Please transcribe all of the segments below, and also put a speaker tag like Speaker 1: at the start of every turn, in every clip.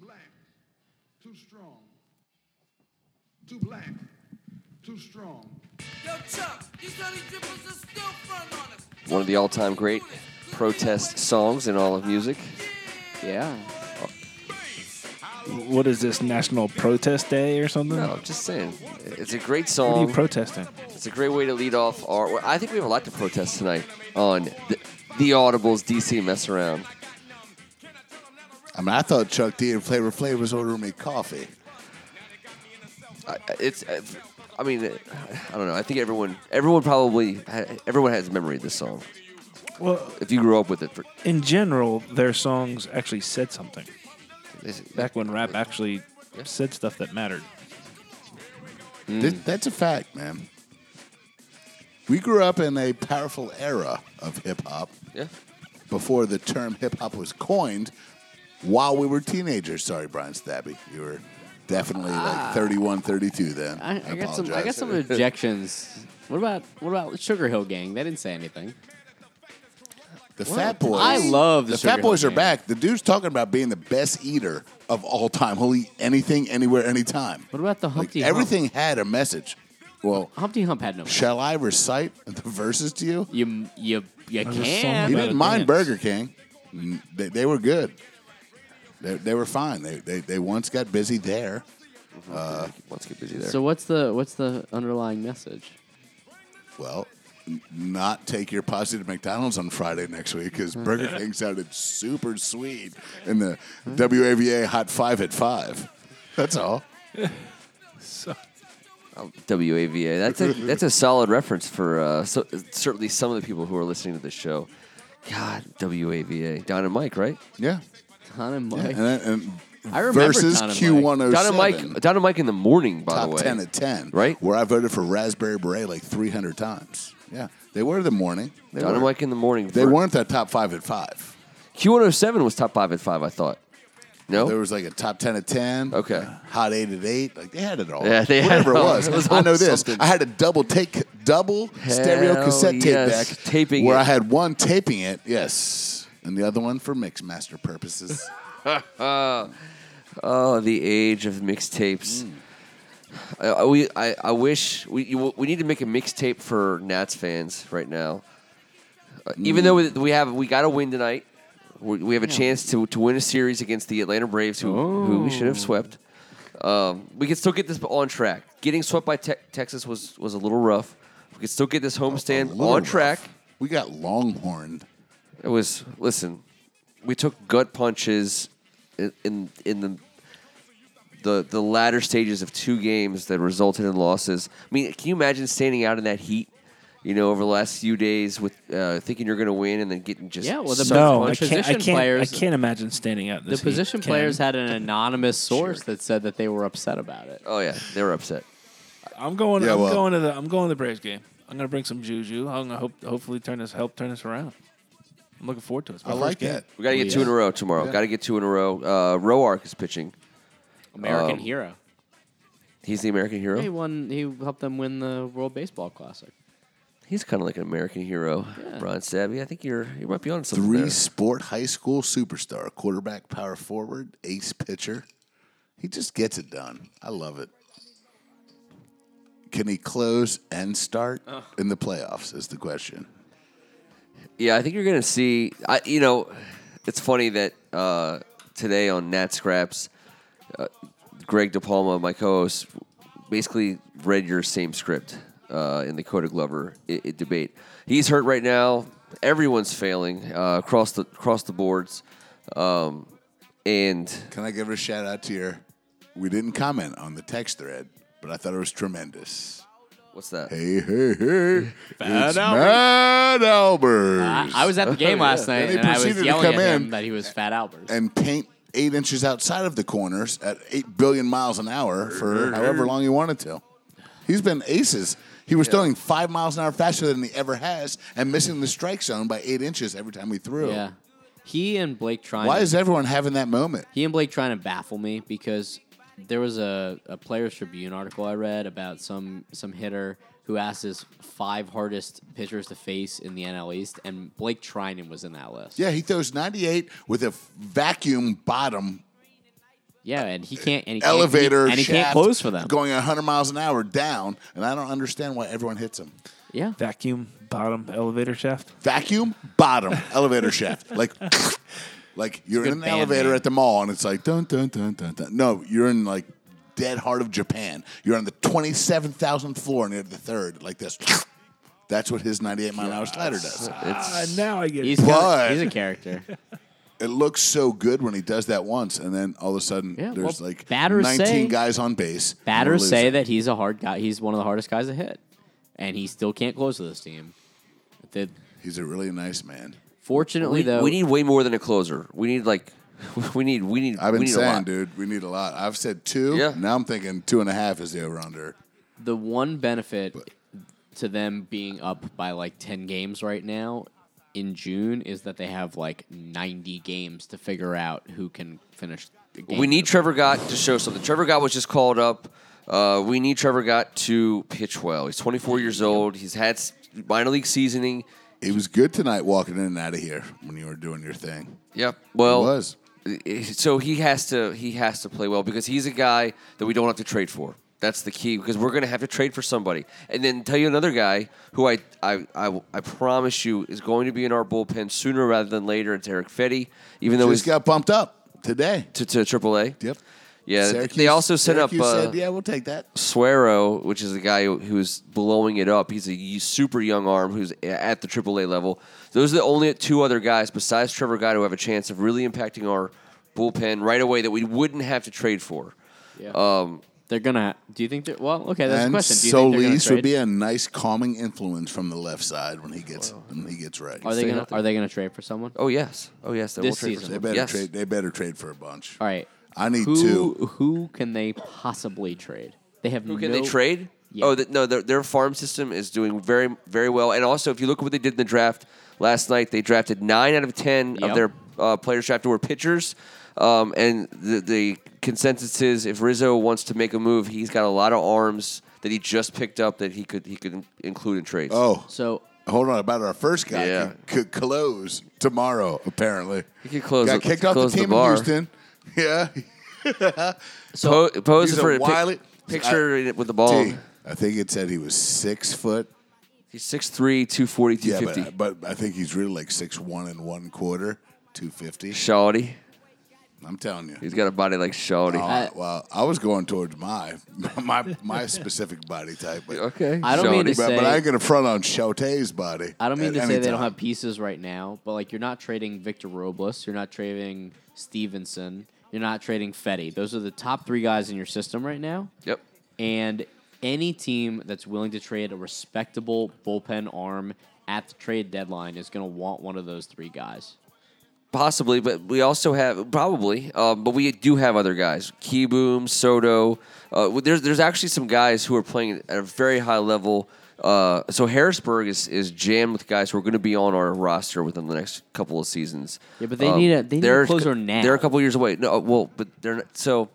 Speaker 1: black, too strong. Too black, too strong.
Speaker 2: Yo, Chuck, these dirty drippers are still front on us.
Speaker 3: One of the all time great protest songs in all of music. Yeah.
Speaker 4: What is this National Protest Day or something?
Speaker 3: No, just saying. It's a great
Speaker 4: What are
Speaker 3: song.
Speaker 4: you protesting?
Speaker 3: It's a great way to lead off our. well, I think we have a lot to protest tonight on the, the Audibles DC Mess Around.
Speaker 5: I mean, I thought Chuck D and Flavor Flav was ordering me coffee.
Speaker 3: I, it's. uh, I mean, I don't know. I think everyone, everyone probably, everyone has memory of this song.
Speaker 4: Well,
Speaker 3: If you grew up with it, for,
Speaker 4: in general, their songs actually said something.
Speaker 3: this-
Speaker 4: Back when rap actually said stuff that mattered.
Speaker 6: Mm.
Speaker 5: Th- that's a fact, man. We grew up in a powerful era of hip hop
Speaker 3: yeah,
Speaker 5: before the term hip hop was coined while we were teenagers. Sorry, Brian Stabby. You were definitely like 31, 32 then.
Speaker 6: Ah. I, I got some. I
Speaker 5: apologize.
Speaker 6: got some objections. What about what about Sugar Hill Gang? That didn't say anything.
Speaker 5: The Fat Boys.
Speaker 6: I love the
Speaker 5: The Fat
Speaker 6: Sugar
Speaker 5: Boys
Speaker 6: Hill
Speaker 5: are
Speaker 6: Gang.
Speaker 5: back. The dude's talking about being the best eater of all time. He'll eat anything, anywhere, anytime.
Speaker 6: What about the
Speaker 5: Like,
Speaker 6: Humpty?
Speaker 5: everything had a message. Well,
Speaker 6: Hump? Humpty Hump had no.
Speaker 5: shall I recite the verses to you?
Speaker 6: You you you
Speaker 4: There's a song
Speaker 5: He
Speaker 4: about
Speaker 6: can.
Speaker 5: didn't
Speaker 4: it,
Speaker 5: mind
Speaker 4: dance.
Speaker 5: Burger King. Mm, They, they were good. They, they were fine. They, they they once got busy there.
Speaker 3: let's get busy there.
Speaker 6: So what's the what's the underlying message?
Speaker 5: Well, n- not take your posse to McDonald's on Friday next week because
Speaker 3: Hmm.
Speaker 5: Burger King sounded super sweet in the WAVA Hot Five at five. That's all.
Speaker 3: WAVA. That's a that's a solid reference for uh, so, certainly some of the people who are listening to this show. God, WAVA, Don and Mike, right?
Speaker 5: Yeah.
Speaker 6: Ton of
Speaker 5: yeah.
Speaker 6: money.
Speaker 5: And, and
Speaker 6: I remember
Speaker 5: versus
Speaker 6: Don and Mike.
Speaker 5: Q107.
Speaker 3: Don and Mike, Don and Mike in the morning, by
Speaker 5: Oh, top
Speaker 3: the way.
Speaker 5: 10 at 10.
Speaker 3: Right?
Speaker 5: Where I voted for Raspberry Beret like 300 times. Yeah. They were the morning. They,
Speaker 3: Don
Speaker 5: were.
Speaker 3: and Mike in the morning.
Speaker 5: they
Speaker 3: for-
Speaker 5: weren't that top five at five.
Speaker 3: Q107 was top five at five. I thought. No,
Speaker 5: There was like a top ten at ten.
Speaker 3: Oh. Okay.
Speaker 5: Hot eight at eight. Like they had it all.
Speaker 3: Yeah, they had
Speaker 5: Whatever
Speaker 3: it all.
Speaker 5: it was.
Speaker 3: It was
Speaker 5: I know this.
Speaker 3: something.
Speaker 5: I had a double take, double stereo
Speaker 3: Hell
Speaker 5: cassette tape
Speaker 3: yes,
Speaker 5: deck,
Speaker 3: taping
Speaker 5: where
Speaker 3: it.
Speaker 5: I had one taping it. Yes. And the other one for mix master purposes.
Speaker 3: Oh, the age of
Speaker 5: Mm.
Speaker 3: mixtapes. I, I- we, I, I wish we, you, we need to make a mixtape for Nats fans right now. Uh,
Speaker 5: Mm.
Speaker 3: Even though we- we have we got to win tonight, we, we have a chance to, to win a series against the Atlanta Braves, who, who we should have
Speaker 5: Oh.
Speaker 3: swept. Um, we can still get this on track. Getting swept by te- Texas was, was a little rough. We could still get this
Speaker 5: A
Speaker 3: homestand
Speaker 5: little
Speaker 3: on
Speaker 5: rough.
Speaker 3: track.
Speaker 5: We got Longhorn.
Speaker 3: It was listen. We took gut punches in in, in the, the the latter stages of two games that resulted in losses. I mean, can you imagine standing out in that heat? You know, over the last few days, with uh, thinking you're going to win and then getting just
Speaker 6: Yeah, well, the
Speaker 3: sucked
Speaker 4: No, I
Speaker 3: punch.
Speaker 6: bunch of
Speaker 4: can't, I,
Speaker 6: position
Speaker 4: can't,
Speaker 6: players-
Speaker 4: I can't imagine standing out. in
Speaker 6: The
Speaker 4: This heat.
Speaker 6: position
Speaker 4: Can-
Speaker 6: players had an anonymous source that said that they were upset about it.
Speaker 3: Oh yeah, they were upset.
Speaker 4: I'm going.
Speaker 5: Yeah,
Speaker 4: I'm
Speaker 5: well-
Speaker 4: going to the. I'm going to the Braves game. I'm going to bring some juju. I'm going to hope, hopefully turn this help turn this around. I'm looking forward to it. It's my
Speaker 5: I
Speaker 4: first
Speaker 5: like
Speaker 4: game.
Speaker 5: that.
Speaker 3: We got
Speaker 6: Oh,
Speaker 3: to get two in a row tomorrow. Got to get two in a row. Uh, Roark is pitching.
Speaker 6: American
Speaker 3: Um,
Speaker 5: Oh.
Speaker 6: hero.
Speaker 3: He's the American hero.
Speaker 6: He won. He helped them win the World Baseball Classic.
Speaker 3: He's kind of like an American hero,
Speaker 6: Yeah.
Speaker 3: Brian Stabby. I think you're you might be on something.
Speaker 5: Three
Speaker 3: there.
Speaker 5: sport high school superstar, quarterback, power forward, ace pitcher. He just gets it done. I love it. Can he close and start in the playoffs? Is the question.
Speaker 3: Yeah, I think you're gonna see. I, you know, it's funny that uh, today on Nat Scraps, uh, Greg DePalma, my co-host, basically read your same script uh, in the Coda Glover i i debate. He's hurt right now. Everyone's failing uh, across the across the boards, um, and
Speaker 5: Can I give a shout out to your? We didn't comment on the text thread, but I thought it was tremendous.
Speaker 3: what's that?
Speaker 5: Hey, hey, hey! it's
Speaker 6: Albert.
Speaker 5: Mad Albers.
Speaker 6: I, I was at the game last night,
Speaker 5: And he
Speaker 6: and, I
Speaker 5: proceeded
Speaker 6: was
Speaker 5: to
Speaker 6: yelling
Speaker 5: come
Speaker 6: at him
Speaker 5: in
Speaker 6: that he was Fat Albert.
Speaker 5: and paint eight inches outside of the corners at eight billion miles an hour for however long he wanted to. He's been aces. He was throwing five miles an hour faster than he ever has and missing the strike zone by eight inches every time he threw.
Speaker 6: yeah, he and Blake trying.
Speaker 5: Why
Speaker 6: to-
Speaker 5: is everyone having that moment?
Speaker 6: he and Blake trying to baffle me because there was a, a Players Tribune article I read about some some hitter who asked his five hardest pitchers to face in the NL East, and Blake Trinan was in that list.
Speaker 5: Yeah, he throws 98 with a vacuum bottom
Speaker 6: Yeah, and he can't. And he can't-
Speaker 5: elevator
Speaker 6: and he, can't
Speaker 5: shaft
Speaker 6: close for them.
Speaker 5: going 100 miles an hour down, and I don't understand why everyone hits him.
Speaker 6: yeah,
Speaker 4: Vacuum bottom elevator shaft.
Speaker 5: Vacuum bottom elevator shaft, like like you're in
Speaker 6: Good
Speaker 5: an
Speaker 6: band
Speaker 5: elevator
Speaker 6: name.
Speaker 5: at the mall, and it's like dun dun dun dun dun. No, you're in like dead heart of Japan. You're on the 27,000th floor near the third, like this. That's what his 98 mile an hour slider does.
Speaker 4: Ah,
Speaker 3: It's
Speaker 4: now I get
Speaker 6: he's
Speaker 4: it.
Speaker 5: But-
Speaker 6: he's a character.
Speaker 5: It looks so good when he does that once, and then all of a sudden
Speaker 6: Yeah,
Speaker 5: there's
Speaker 6: well,
Speaker 5: like
Speaker 6: batters
Speaker 5: 19
Speaker 6: say-
Speaker 5: guys on base. and we're
Speaker 6: Batters say
Speaker 5: losing.
Speaker 6: that he's a hard guy. He's one of the hardest guys to hit, and he still can't close with this team. The,
Speaker 5: he's a really nice man.
Speaker 6: fortunately,
Speaker 3: we,
Speaker 6: though,
Speaker 3: we need way more than a closer. We need like we need we need.
Speaker 5: I've
Speaker 3: we
Speaker 5: been
Speaker 3: need a
Speaker 5: saying,
Speaker 3: lot.
Speaker 5: dude, we need a lot. I've said two.
Speaker 3: Yeah.
Speaker 5: Now I'm thinking two and a half is the over under.
Speaker 6: the one benefit to them being up by like 10 games right now in June is that they have like 90 games to figure out who can finish the game.
Speaker 3: We need Trevor Gott to show something. Trevor Gott was just called up. Uh, we need Trevor Gott to pitch well. He's 24 years old. He's had s- minor league seasoning.
Speaker 5: It was good tonight walking in and out of here when you were doing your thing.
Speaker 3: Yep. Well, eh,
Speaker 5: it was.
Speaker 3: so he has to he has to play well because he's a guy that we don't have to trade for. That's the key because we're going to have to trade for somebody. And then tell you another guy who I I, I, I promise you is going to be in our bullpen sooner rather than later. It's Eric Fetty, even though
Speaker 5: Just
Speaker 3: he's
Speaker 5: got bumped up today.
Speaker 3: to, to AAA.
Speaker 5: Yep.
Speaker 3: Yeah, they also set up.
Speaker 5: Syracuse
Speaker 3: uh,
Speaker 5: said, yeah, we'll take that.
Speaker 3: Suero, which is the guy who- who's blowing it up. He's a y- super young arm who's at the AAA level. Those are the only two other guys besides Trevor Guy who have a chance of really impacting our bullpen right away that we wouldn't have to trade for.
Speaker 6: Yeah.
Speaker 3: Um,
Speaker 6: They're gonna. Do you think? they're Well, okay, that's
Speaker 5: and
Speaker 6: a question. Do you think they're gonna
Speaker 5: Solis would
Speaker 6: trade?
Speaker 5: be a nice calming influence from the left side when he gets when he gets right.
Speaker 6: are they
Speaker 3: Stay
Speaker 6: gonna
Speaker 3: healthy.
Speaker 6: Are they gonna trade for someone?
Speaker 3: oh yes, oh yes, they will
Speaker 6: This
Speaker 3: trade
Speaker 6: season.
Speaker 3: for
Speaker 5: They
Speaker 3: someone.
Speaker 5: better
Speaker 3: yes.
Speaker 5: trade. They better trade for a bunch.
Speaker 6: All right.
Speaker 5: I need
Speaker 6: who
Speaker 5: two.
Speaker 6: Who can they possibly trade? They have
Speaker 3: Who can
Speaker 6: no,
Speaker 3: they trade?
Speaker 6: Yeah.
Speaker 3: Oh th- no, their, their farm system is doing very very well. And also, if you look at what they did in the draft last night, they drafted nine out of ten
Speaker 6: Yep.
Speaker 3: of their uh, players drafted were pitchers. Um, and the, the consensus is, if Rizzo wants to make a move, he's got a lot of arms that he just picked up that he could he could in- include in trades.
Speaker 5: Oh,
Speaker 6: So
Speaker 5: hold on. About our first guy
Speaker 3: Yeah.
Speaker 5: could, could close tomorrow. Apparently,
Speaker 3: he could close.
Speaker 5: got
Speaker 3: the-
Speaker 5: kicked off the
Speaker 3: close
Speaker 5: team in
Speaker 3: bar.
Speaker 5: Houston. Yeah,
Speaker 3: Po- pose
Speaker 5: he's
Speaker 3: for
Speaker 5: a
Speaker 3: a pic-
Speaker 5: wily-
Speaker 3: picture it with the ball.
Speaker 5: T, I think it said he was six foot.
Speaker 3: He's 6'3", 240,
Speaker 5: Yeah,
Speaker 3: 250.
Speaker 5: but, but I think he's really like six one and one quarter, two fifty.
Speaker 3: Shawty,
Speaker 5: I'm telling you.
Speaker 3: he's got a body like Shawty.
Speaker 5: Oh, well, I was going towards my my my specific body type, but
Speaker 3: okay,
Speaker 6: I don't mean to
Speaker 3: Shawty.
Speaker 5: but,
Speaker 6: say-
Speaker 5: but I ain't gonna front on Chote's body.
Speaker 6: I don't mean
Speaker 5: at
Speaker 6: to say
Speaker 5: any
Speaker 6: they don't
Speaker 5: time.
Speaker 6: have pieces right now, but like you're not trading Victor Robles, you're not trading Stevenson, you're not trading Fetty. Those are the top three guys in your system right now.
Speaker 3: Yep.
Speaker 6: And any team that's willing to trade a respectable bullpen arm at the trade deadline is going to want one of those three guys.
Speaker 3: Possibly, but we also have probably, um, but we do have other guys: Keyboom, Soto. Uh, well, there's there's actually some guys who are playing at a very high level. Uh, so Harrisburg is, is jammed with guys who are going to be on our roster within the next couple of seasons. Um,
Speaker 6: Yeah, but they need a- they need a
Speaker 3: they're-
Speaker 6: closer now.
Speaker 3: They're a couple years away. No, uh, well, but they're not, so.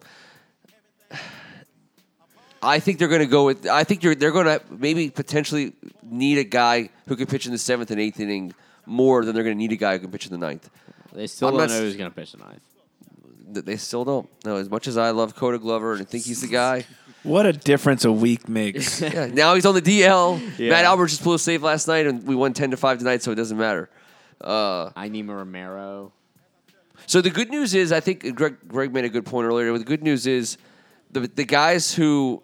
Speaker 3: I think they're going to go with. I think you're, they're going to maybe potentially need a guy who can pitch in the seventh and eighth inning more than they're going to need a guy who can pitch in the ninth
Speaker 6: They still
Speaker 3: I'm
Speaker 6: don't
Speaker 3: not
Speaker 6: know
Speaker 3: s-
Speaker 6: who's going to pitch the ninth.
Speaker 3: that they still don't. No, as much as I love Coda Glover and think he's the guy,
Speaker 4: What a difference a week makes.
Speaker 3: yeah, now he's on the DL.
Speaker 6: Yeah.
Speaker 3: Matt Albert just blew a save last night, and we won ten to five tonight, so it doesn't matter. Uh,
Speaker 6: I need Romero.
Speaker 3: so the good news is, I think Greg, Greg made a good point earlier. The good news is, the the guys who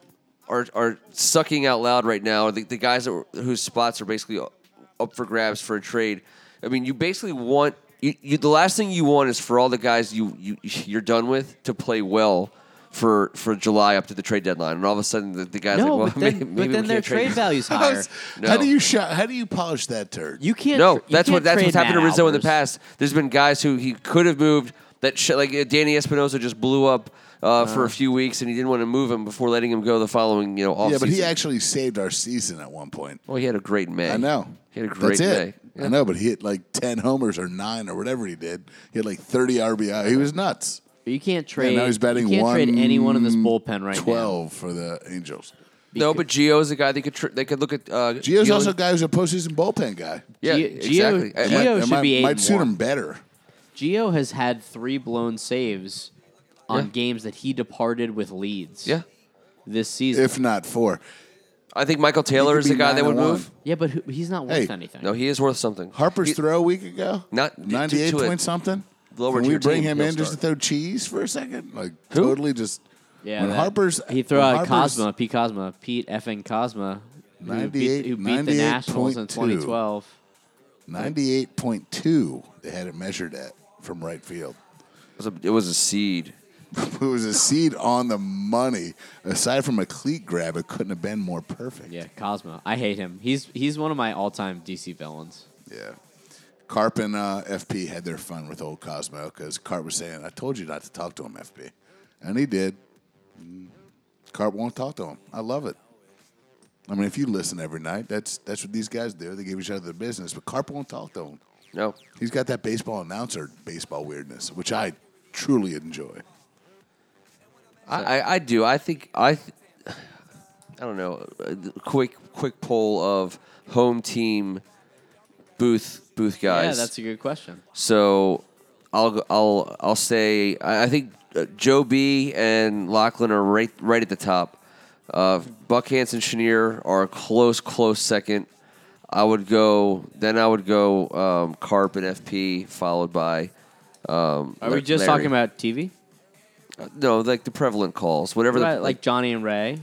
Speaker 3: are are sucking out loud right now are the, the guys that were, whose spots are basically up for grabs for a trade. I mean, you basically want you, you the last thing you want is for all the guys you, you you're done with to play well. For, for July up to the trade deadline, and all of a sudden the, the guys
Speaker 6: No,
Speaker 3: like, well,
Speaker 6: but then,
Speaker 3: maybe, maybe
Speaker 6: but
Speaker 3: we
Speaker 6: then
Speaker 3: can't
Speaker 6: their
Speaker 3: trade
Speaker 6: trade
Speaker 3: you."
Speaker 6: value's higher.
Speaker 3: No.
Speaker 5: How do you shot? How do you polish that turd?
Speaker 6: You can't.
Speaker 3: No,
Speaker 6: tr- you
Speaker 3: that's what
Speaker 6: can't
Speaker 3: that's what's
Speaker 6: trade
Speaker 3: happened to
Speaker 6: Matt
Speaker 3: Rizzo in the
Speaker 6: Albers.
Speaker 3: past. There's been guys who he could have moved that sh- like uh, Danny Espinosa just blew up uh,
Speaker 5: Uh-huh.
Speaker 3: for a few weeks and he didn't want to move him before letting him go the following you know off
Speaker 5: yeah, but he
Speaker 3: season.
Speaker 5: actually saved our season at one point.
Speaker 3: well, he had a great May.
Speaker 5: I know.
Speaker 3: he had a great
Speaker 5: That's
Speaker 3: May.
Speaker 5: it. I know, but he hit like ten homers or nine or whatever he did. He had like thirty RBI. He was nuts.
Speaker 6: But You can't trade.
Speaker 5: now he's batting
Speaker 6: you can't trade
Speaker 5: one-
Speaker 6: anyone in this bullpen right now.
Speaker 5: Twelve for the Angels.
Speaker 3: No, but Gio's a guy they could tr- they could look at. Uh,
Speaker 5: Gio's
Speaker 3: Gio-
Speaker 5: also a guy who's a postseason bullpen guy.
Speaker 3: yeah,
Speaker 6: Gio-
Speaker 3: exactly.
Speaker 6: Gio-
Speaker 3: And-
Speaker 6: Gio-
Speaker 3: and-
Speaker 5: It
Speaker 6: should
Speaker 5: might,
Speaker 6: be eight
Speaker 5: might
Speaker 6: and
Speaker 5: suit
Speaker 6: one.
Speaker 5: him better.
Speaker 6: Gio has had three blown saves on games that he departed with leads.
Speaker 3: Yeah.
Speaker 6: This season.
Speaker 5: if not four.
Speaker 3: I think Michael Taylor
Speaker 5: could
Speaker 3: is the
Speaker 5: be
Speaker 3: guy that
Speaker 5: nine
Speaker 3: would
Speaker 5: and one.
Speaker 3: move.
Speaker 6: yeah, but who, he's not worth
Speaker 5: Hey,
Speaker 6: anything.
Speaker 3: No, he is worth something.
Speaker 5: Harper's
Speaker 3: He-
Speaker 5: throw a week ago,
Speaker 3: Not- to- to-
Speaker 5: ninety-eight
Speaker 3: to a
Speaker 5: point something.
Speaker 3: lower
Speaker 5: Can we
Speaker 3: tier
Speaker 5: bring
Speaker 3: team,
Speaker 5: him
Speaker 3: he'll
Speaker 5: in just to
Speaker 3: start.
Speaker 5: throw cheese for a second? Like
Speaker 3: Who?
Speaker 5: totally just.
Speaker 6: Yeah,
Speaker 5: when
Speaker 6: that-
Speaker 5: Harper's
Speaker 6: he threw
Speaker 5: when
Speaker 6: out
Speaker 5: Harper's-
Speaker 6: Cosma, Pete Cosma, Pete effing Cosma, who beat,
Speaker 5: 98
Speaker 6: who beat the Nationals in
Speaker 5: 98.2.
Speaker 6: 2012.
Speaker 5: 98.2 they had it measured at from right field.
Speaker 3: It was a, it was a seed.
Speaker 5: It was a seed on the money. Aside from a cleat grab, it couldn't have been more perfect.
Speaker 6: Yeah, Cosma. I hate him. He's he's one of my all-time DC villains.
Speaker 5: Yeah. Carp and uh, FP had their fun with old Cosmo because Carp was saying, I told you not to talk to him, FP. And he did. Mm. Carp won't talk to him. I love it. I mean, if you listen every night, that's that's what these guys do. They give each other the business, but Carp won't talk to him.
Speaker 3: No.
Speaker 5: He's got that baseball announcer baseball weirdness, which I truly enjoy.
Speaker 3: I, I, I do. I think I. Th- I don't know. A quick quick poll of home team booth booth guys.
Speaker 6: Yeah, that's a good question.
Speaker 3: so I'll go- I'll I'll say I, I think uh, Joe B and Lachlan are right right at the top. Uh, Buck Hansen Chenier are a close close second. I would go then I would go um, Carp and FP followed by. Um,
Speaker 6: Are we just talking about TV?
Speaker 3: about no like the prevalent calls whatever
Speaker 6: What
Speaker 3: the,
Speaker 6: about, like Johnny and Ray,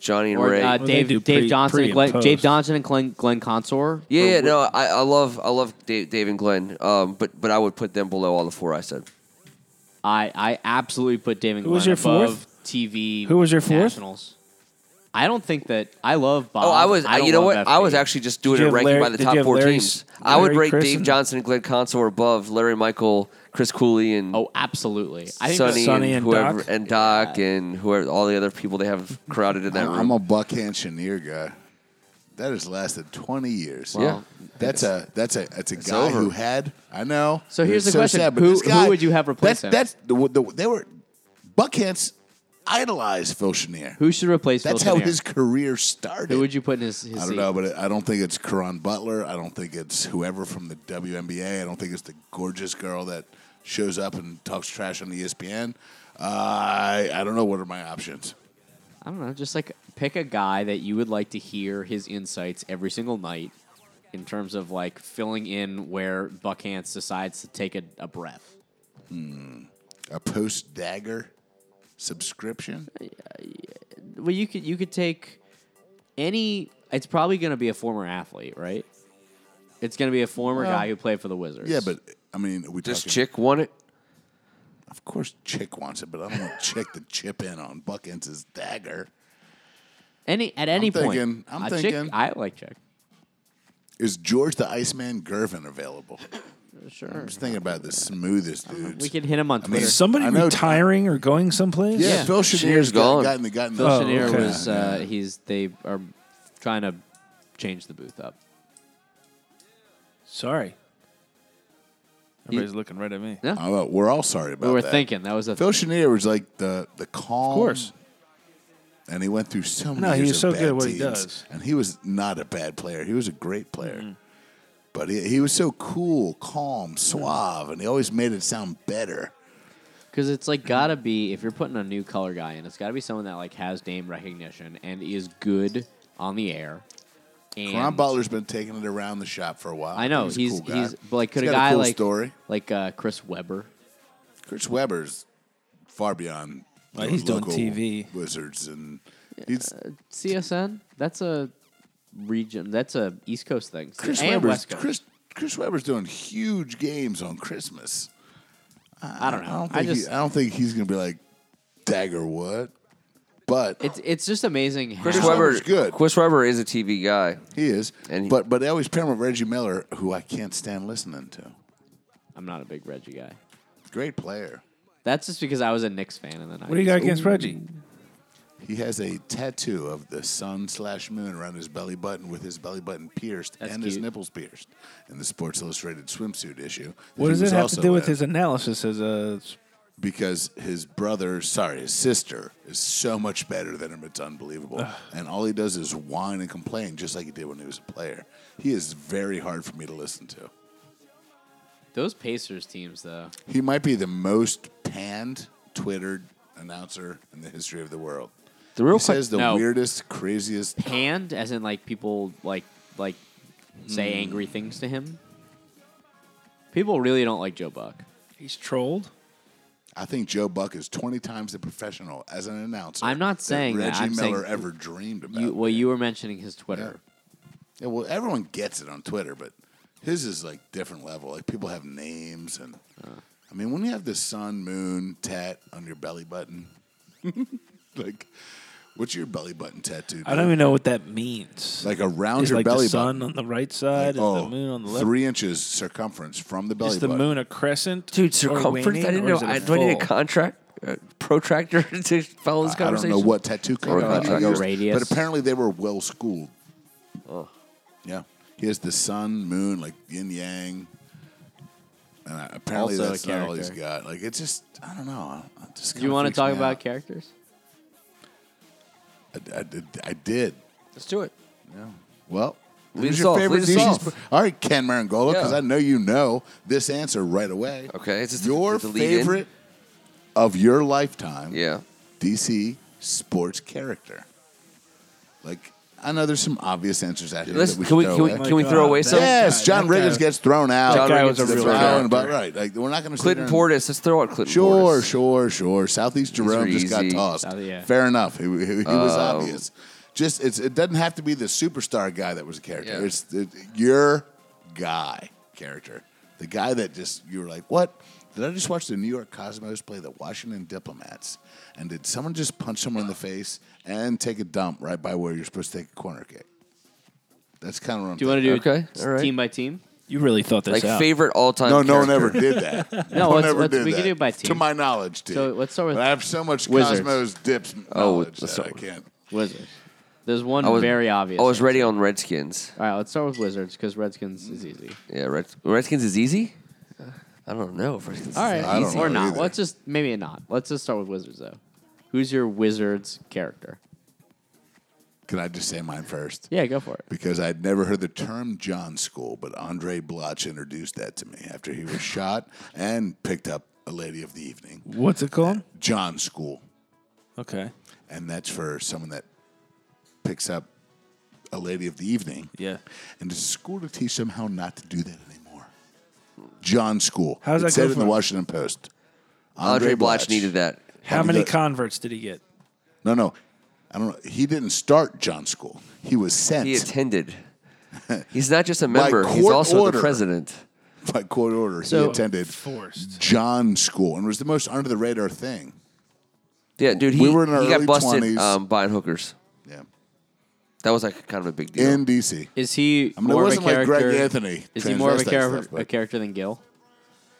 Speaker 3: Johnny and
Speaker 6: or
Speaker 3: Ray
Speaker 6: uh,
Speaker 4: they
Speaker 6: Dave
Speaker 4: do
Speaker 6: Dave
Speaker 4: pre-
Speaker 6: Johnson,
Speaker 4: pre
Speaker 6: and
Speaker 4: and
Speaker 6: Glenn,
Speaker 4: post.
Speaker 6: Dave Johnson and Glenn Glenn Consor?
Speaker 3: Yeah,
Speaker 6: Or
Speaker 3: yeah,
Speaker 6: wh-
Speaker 3: no, I, I love I love Dave, Dave and Glenn, um, but but I would put them below all the four I said.
Speaker 6: I I absolutely put Dave and
Speaker 4: Who
Speaker 6: Glenn
Speaker 4: was your
Speaker 6: above
Speaker 4: fourth?
Speaker 6: TV.
Speaker 4: Who was your fourth?
Speaker 6: Nationals. I don't think that I love Bob.
Speaker 3: oh, I was
Speaker 6: I
Speaker 3: you
Speaker 6: don't
Speaker 3: know
Speaker 6: love
Speaker 3: what? I
Speaker 6: FP.
Speaker 3: was actually just doing
Speaker 4: you
Speaker 3: a
Speaker 4: have
Speaker 3: ranking
Speaker 4: Larry-
Speaker 3: by the
Speaker 4: did you
Speaker 3: top
Speaker 4: have
Speaker 3: four
Speaker 4: Larry-
Speaker 3: teams. I would
Speaker 4: Larry
Speaker 3: rate Dave
Speaker 4: Christen?
Speaker 3: Johnson and Glenn Consor above Larry Michael, Chris Cooley, and
Speaker 6: Oh, absolutely. I think
Speaker 3: Sonny,
Speaker 4: Sonny
Speaker 3: and,
Speaker 4: and
Speaker 3: whoever
Speaker 4: Doc?
Speaker 3: and Doc and whoever all the other people they have crowded in that
Speaker 5: I'm,
Speaker 3: room.
Speaker 5: I'm a Buck Chenier guy. That has lasted 20 years.
Speaker 3: Yeah.
Speaker 5: That's a that's a that's a guy
Speaker 3: over.
Speaker 5: who had I know.
Speaker 6: So here's
Speaker 5: It's
Speaker 6: the question.
Speaker 5: sad, but
Speaker 6: Who-
Speaker 5: this
Speaker 6: who
Speaker 5: guy-
Speaker 6: would you have replace
Speaker 5: that's,
Speaker 6: him?
Speaker 5: That's the, the, they were Buckhants idolized Phil Chenier.
Speaker 6: who should replace
Speaker 5: that's
Speaker 6: Phil
Speaker 5: how
Speaker 6: Kinnear?
Speaker 5: his career started.
Speaker 6: Who would you put in his? his
Speaker 5: I don't
Speaker 6: seat?
Speaker 5: know, but it, I don't think it's Karan Butler. I don't think it's whoever from the WNBA. I don't think it's the gorgeous girl that shows up and talks trash on ESPN. Uh, I I don't know what are my options.
Speaker 6: I don't know. Just like pick a guy that you would like to hear his insights every single night, in terms of like filling in where Buckhants decides to take a, a breath.
Speaker 5: A post dagger subscription.
Speaker 6: Well, you could you could take any. It's probably going to be a former athlete, right? It's going to be a former guy who played for the Wizards.
Speaker 5: Yeah, but I mean, are we
Speaker 3: this
Speaker 5: talking-
Speaker 3: chick won it.
Speaker 5: Of course, Chick wants it, but I don't want Chick to chip in on Buckins' dagger.
Speaker 6: any at any point,
Speaker 5: thinking- I'm
Speaker 6: a chick-
Speaker 5: thinking-
Speaker 6: I like Chick.
Speaker 5: Is George the Iceman Gervin available? I'm
Speaker 6: Sure,
Speaker 5: just thinking about the smoothest dudes.
Speaker 6: Oh, we could hit him on
Speaker 5: mean,
Speaker 6: Twitter.
Speaker 4: Somebody
Speaker 5: I know-
Speaker 4: retiring or going someplace?
Speaker 5: yeah,
Speaker 6: Yeah.
Speaker 5: Phil Chenier's
Speaker 3: gone.
Speaker 5: gone. Gotten the gotten
Speaker 6: Phil
Speaker 5: the-
Speaker 6: Chenier
Speaker 4: okay.
Speaker 6: Oh, was uh, he's they are trying to change the booth up.
Speaker 4: Sorry. Everybody's looking right at me.
Speaker 6: Yeah.
Speaker 5: Oh, well, we're all sorry about
Speaker 6: We were
Speaker 5: that.
Speaker 6: thinking that was a
Speaker 5: Phil Chenier was like the the calm.
Speaker 4: Of course.
Speaker 5: And he went through so many
Speaker 4: No, he
Speaker 5: years
Speaker 4: was so
Speaker 5: of bad
Speaker 4: good at what he
Speaker 5: teams,
Speaker 4: does. Mm-hmm.
Speaker 5: and he was not a bad player. He was a great player, but he, he was so cool, calm, suave, and he always made it sound better.
Speaker 6: Because it's like gotta be if you're putting a new color guy in, it's gotta be someone that like has name recognition and is good on the air. And
Speaker 5: Ron Butler's been taking it around the shop for a while.
Speaker 6: I know
Speaker 5: He's
Speaker 6: he's
Speaker 5: a
Speaker 6: he's,
Speaker 5: cool guy.
Speaker 6: but like could
Speaker 5: He's
Speaker 6: a
Speaker 5: got
Speaker 6: guy
Speaker 5: cool
Speaker 6: like
Speaker 5: story.
Speaker 6: like uh, Chris Webber?
Speaker 5: Chris Weber's far beyond.
Speaker 4: Well,
Speaker 5: the
Speaker 4: he's doing
Speaker 5: local
Speaker 4: TV.
Speaker 5: Wizards and he's
Speaker 6: CSN. That's a region. That's a East Coast thing.
Speaker 5: Chris
Speaker 6: and
Speaker 5: Webber's
Speaker 6: West Coast.
Speaker 5: Chris Chris Webber's doing huge games on Christmas.
Speaker 6: I don't know.
Speaker 5: I don't think
Speaker 6: I just
Speaker 5: he, I don't think he's gonna be like dagger what, but
Speaker 6: it's it's just amazing. How,
Speaker 3: Chris
Speaker 5: Chris
Speaker 3: Webber
Speaker 5: Webber's good.
Speaker 3: Chris Webber is a TV guy.
Speaker 5: he is.
Speaker 3: And he-
Speaker 5: but but they always pair him with Reggie Miller, who I can't stand listening to.
Speaker 6: I'm not a big Reggie guy.
Speaker 5: Great player.
Speaker 6: That's just because I was a Knicks fan in the night.
Speaker 4: What do you got against Reggie?
Speaker 5: He has a tattoo of the sun slash moon around his belly button, with his belly button pierced
Speaker 6: That's
Speaker 5: and his
Speaker 6: cute.
Speaker 5: nipples pierced. In the Sports Illustrated swimsuit issue, that
Speaker 4: What
Speaker 5: he
Speaker 4: does it have
Speaker 5: was
Speaker 4: to
Speaker 5: also
Speaker 4: do with
Speaker 5: in.
Speaker 4: his analysis as a?
Speaker 5: because his brother, sorry, his sister is so much better than him. It's unbelievable. And all he does is whine and complain, just like he did when he was a player. He is very hard for me to listen to.
Speaker 6: Those Pacers teams, though.
Speaker 5: He might be the most panned, twittered announcer in the history of the world.
Speaker 3: The real
Speaker 5: He
Speaker 3: question
Speaker 5: says the
Speaker 6: No.
Speaker 5: weirdest, craziest.
Speaker 6: Panned, as in like people like like say angry things to him. People really don't like Joe Buck.
Speaker 4: He's trolled.
Speaker 5: I think Joe Buck is twenty times the professional as an announcer.
Speaker 6: I'm not saying that.
Speaker 5: Reggie
Speaker 6: I'm saying
Speaker 5: Miller ever dreamed about.
Speaker 6: You, well, you were mentioning his Twitter.
Speaker 5: Yeah, well, everyone gets it on Twitter, but his is like different level. Like people have names, and I mean, when you have the sun, moon, tat on your belly button, like, what's your belly button tattoo?
Speaker 4: I don't
Speaker 5: dude?
Speaker 4: even know what that means.
Speaker 5: Like around
Speaker 4: Uh, Is
Speaker 5: your
Speaker 4: like
Speaker 5: belly
Speaker 4: the sun on the right side
Speaker 5: button.
Speaker 4: and
Speaker 3: oh,
Speaker 4: the moon on the left.
Speaker 5: Oh, Three inches circumference from the belly
Speaker 4: is the
Speaker 5: button.
Speaker 4: moon a crescent?
Speaker 3: Dude,
Speaker 4: or
Speaker 3: circumference?
Speaker 4: waning,
Speaker 3: I didn't
Speaker 4: or
Speaker 3: know.
Speaker 4: is it a
Speaker 3: I, do I need a
Speaker 4: full?
Speaker 3: contract, a protractor to follow this
Speaker 5: I don't
Speaker 3: conversation?
Speaker 5: know what tattoo company
Speaker 3: about
Speaker 5: he
Speaker 3: like a
Speaker 5: used,
Speaker 6: radius?
Speaker 5: but apparently they were well schooled. Yeah, he has the sun, moon, like yin yang, and I, apparently
Speaker 6: Also a
Speaker 5: that's not all he's
Speaker 6: character.
Speaker 5: got. Like it's just I don't know. I, I just
Speaker 6: Do you
Speaker 5: want to
Speaker 6: talk about characters?
Speaker 5: I, I did- I did.
Speaker 3: Let's do it.
Speaker 5: Well.
Speaker 3: Lead
Speaker 5: who's
Speaker 3: us
Speaker 5: your
Speaker 3: off,
Speaker 5: favorite
Speaker 3: lead us
Speaker 5: DC's
Speaker 3: off.
Speaker 5: per- All right, Ken Marangola, because
Speaker 3: Yeah.
Speaker 5: I know you know this answer right away.
Speaker 3: Okay, it's just
Speaker 5: your
Speaker 3: the, the lead in.
Speaker 5: favorite of your lifetime.
Speaker 3: Yeah.
Speaker 5: DC sports character. Like I know there's some obvious answers out here.
Speaker 3: Let's,
Speaker 5: that we
Speaker 3: can we
Speaker 5: throw
Speaker 3: can we,
Speaker 5: away.
Speaker 3: can we
Speaker 4: Oh My
Speaker 3: throw
Speaker 4: God,
Speaker 3: away
Speaker 4: that-
Speaker 3: some?
Speaker 5: yes,
Speaker 4: guy-
Speaker 5: John
Speaker 4: that guy-
Speaker 5: Riggins gets thrown out.
Speaker 3: John That guy Riggins was a
Speaker 5: gets
Speaker 3: real
Speaker 5: thrown
Speaker 3: character.
Speaker 5: but right, like we're not going to
Speaker 3: Clinton Portis. Let's throw out Clinton
Speaker 5: Sure,
Speaker 3: Portis.
Speaker 5: sure, sure. Southeast Jerome just got
Speaker 3: easy.
Speaker 5: tossed.
Speaker 6: Oh, yeah.
Speaker 5: Fair enough. He, he- he was
Speaker 3: Oh.
Speaker 5: obvious. Just it's, it doesn't have to be the superstar guy that was a character.
Speaker 3: Yeah.
Speaker 5: It's the, your guy character, the guy that just you were like, what? Did I just watch the New York Cosmos play the Washington Diplomats? And did someone just punch someone in the face and take a dump right by where you're supposed to take a corner kick? That's kind of what I'm
Speaker 6: Do you want to do
Speaker 3: Okay,
Speaker 6: it
Speaker 3: all right.
Speaker 6: team by team?
Speaker 4: You really thought this
Speaker 3: Like
Speaker 4: out.
Speaker 3: favorite all time.
Speaker 5: No, no one ever did that.
Speaker 6: No,
Speaker 5: one
Speaker 6: let's-
Speaker 5: ever
Speaker 6: let's-
Speaker 5: did
Speaker 6: we
Speaker 5: that.
Speaker 6: can do it by
Speaker 5: To
Speaker 6: team.
Speaker 5: my knowledge, dude.
Speaker 6: So let's start with
Speaker 5: But I have so much
Speaker 6: Wizards.
Speaker 5: Cosmos dips
Speaker 3: Oh, let's
Speaker 5: knowledge that I
Speaker 3: start with-
Speaker 5: can't.
Speaker 6: Wizards. There's one
Speaker 3: I was-
Speaker 6: very obvious.
Speaker 3: I was Oh, ready on Redskins.
Speaker 6: All right, let's start with Wizards because Redskins is easy.
Speaker 3: Yeah, Red, Redskins is easy. I don't know. if Redskins is
Speaker 6: All right,
Speaker 5: I don't
Speaker 6: easy.
Speaker 5: know
Speaker 6: or not.
Speaker 5: either.
Speaker 6: Let's just maybe not. Let's just start with Wizards though. Who's your Wizards character?
Speaker 5: Can I just say mine first?
Speaker 6: Yeah, go for it.
Speaker 5: Because I'd never heard the term John School, but Andre Bloch introduced that to me after he was shot and picked up a lady of the evening.
Speaker 4: What's it called?
Speaker 5: John School.
Speaker 4: Okay.
Speaker 5: And that's for someone that picks up a lady of the evening.
Speaker 4: Yeah.
Speaker 5: And it's school to teach them how not to do that anymore. John School.
Speaker 4: How's
Speaker 5: it
Speaker 4: that
Speaker 5: said
Speaker 4: go
Speaker 5: in the
Speaker 4: for-
Speaker 5: Washington Post.
Speaker 3: Andre, Blatch needed that.
Speaker 4: How
Speaker 5: Have you
Speaker 4: many
Speaker 5: got-
Speaker 4: converts did he get?
Speaker 5: No, no. I don't know. He didn't start John School. He was sent
Speaker 3: He attended. He's not just a member. He's
Speaker 5: court
Speaker 3: also
Speaker 5: order.
Speaker 3: the president.
Speaker 5: by court order. he
Speaker 6: So-
Speaker 5: attended
Speaker 4: Forced.
Speaker 5: John School and was the most under the radar thing.
Speaker 3: Yeah, dude. He,
Speaker 5: We were in our
Speaker 3: he got
Speaker 5: early
Speaker 3: busted
Speaker 5: 20s.
Speaker 3: um, buying hookers.
Speaker 5: Yeah.
Speaker 3: That was like kind of a big deal.
Speaker 5: In DC.
Speaker 6: Is he
Speaker 5: I mean, it
Speaker 6: more of a
Speaker 5: wasn't like
Speaker 6: character?
Speaker 5: Greg Anthony.
Speaker 6: is he more of a
Speaker 5: transvestite
Speaker 6: character
Speaker 5: stuff, but
Speaker 6: a character than Gil?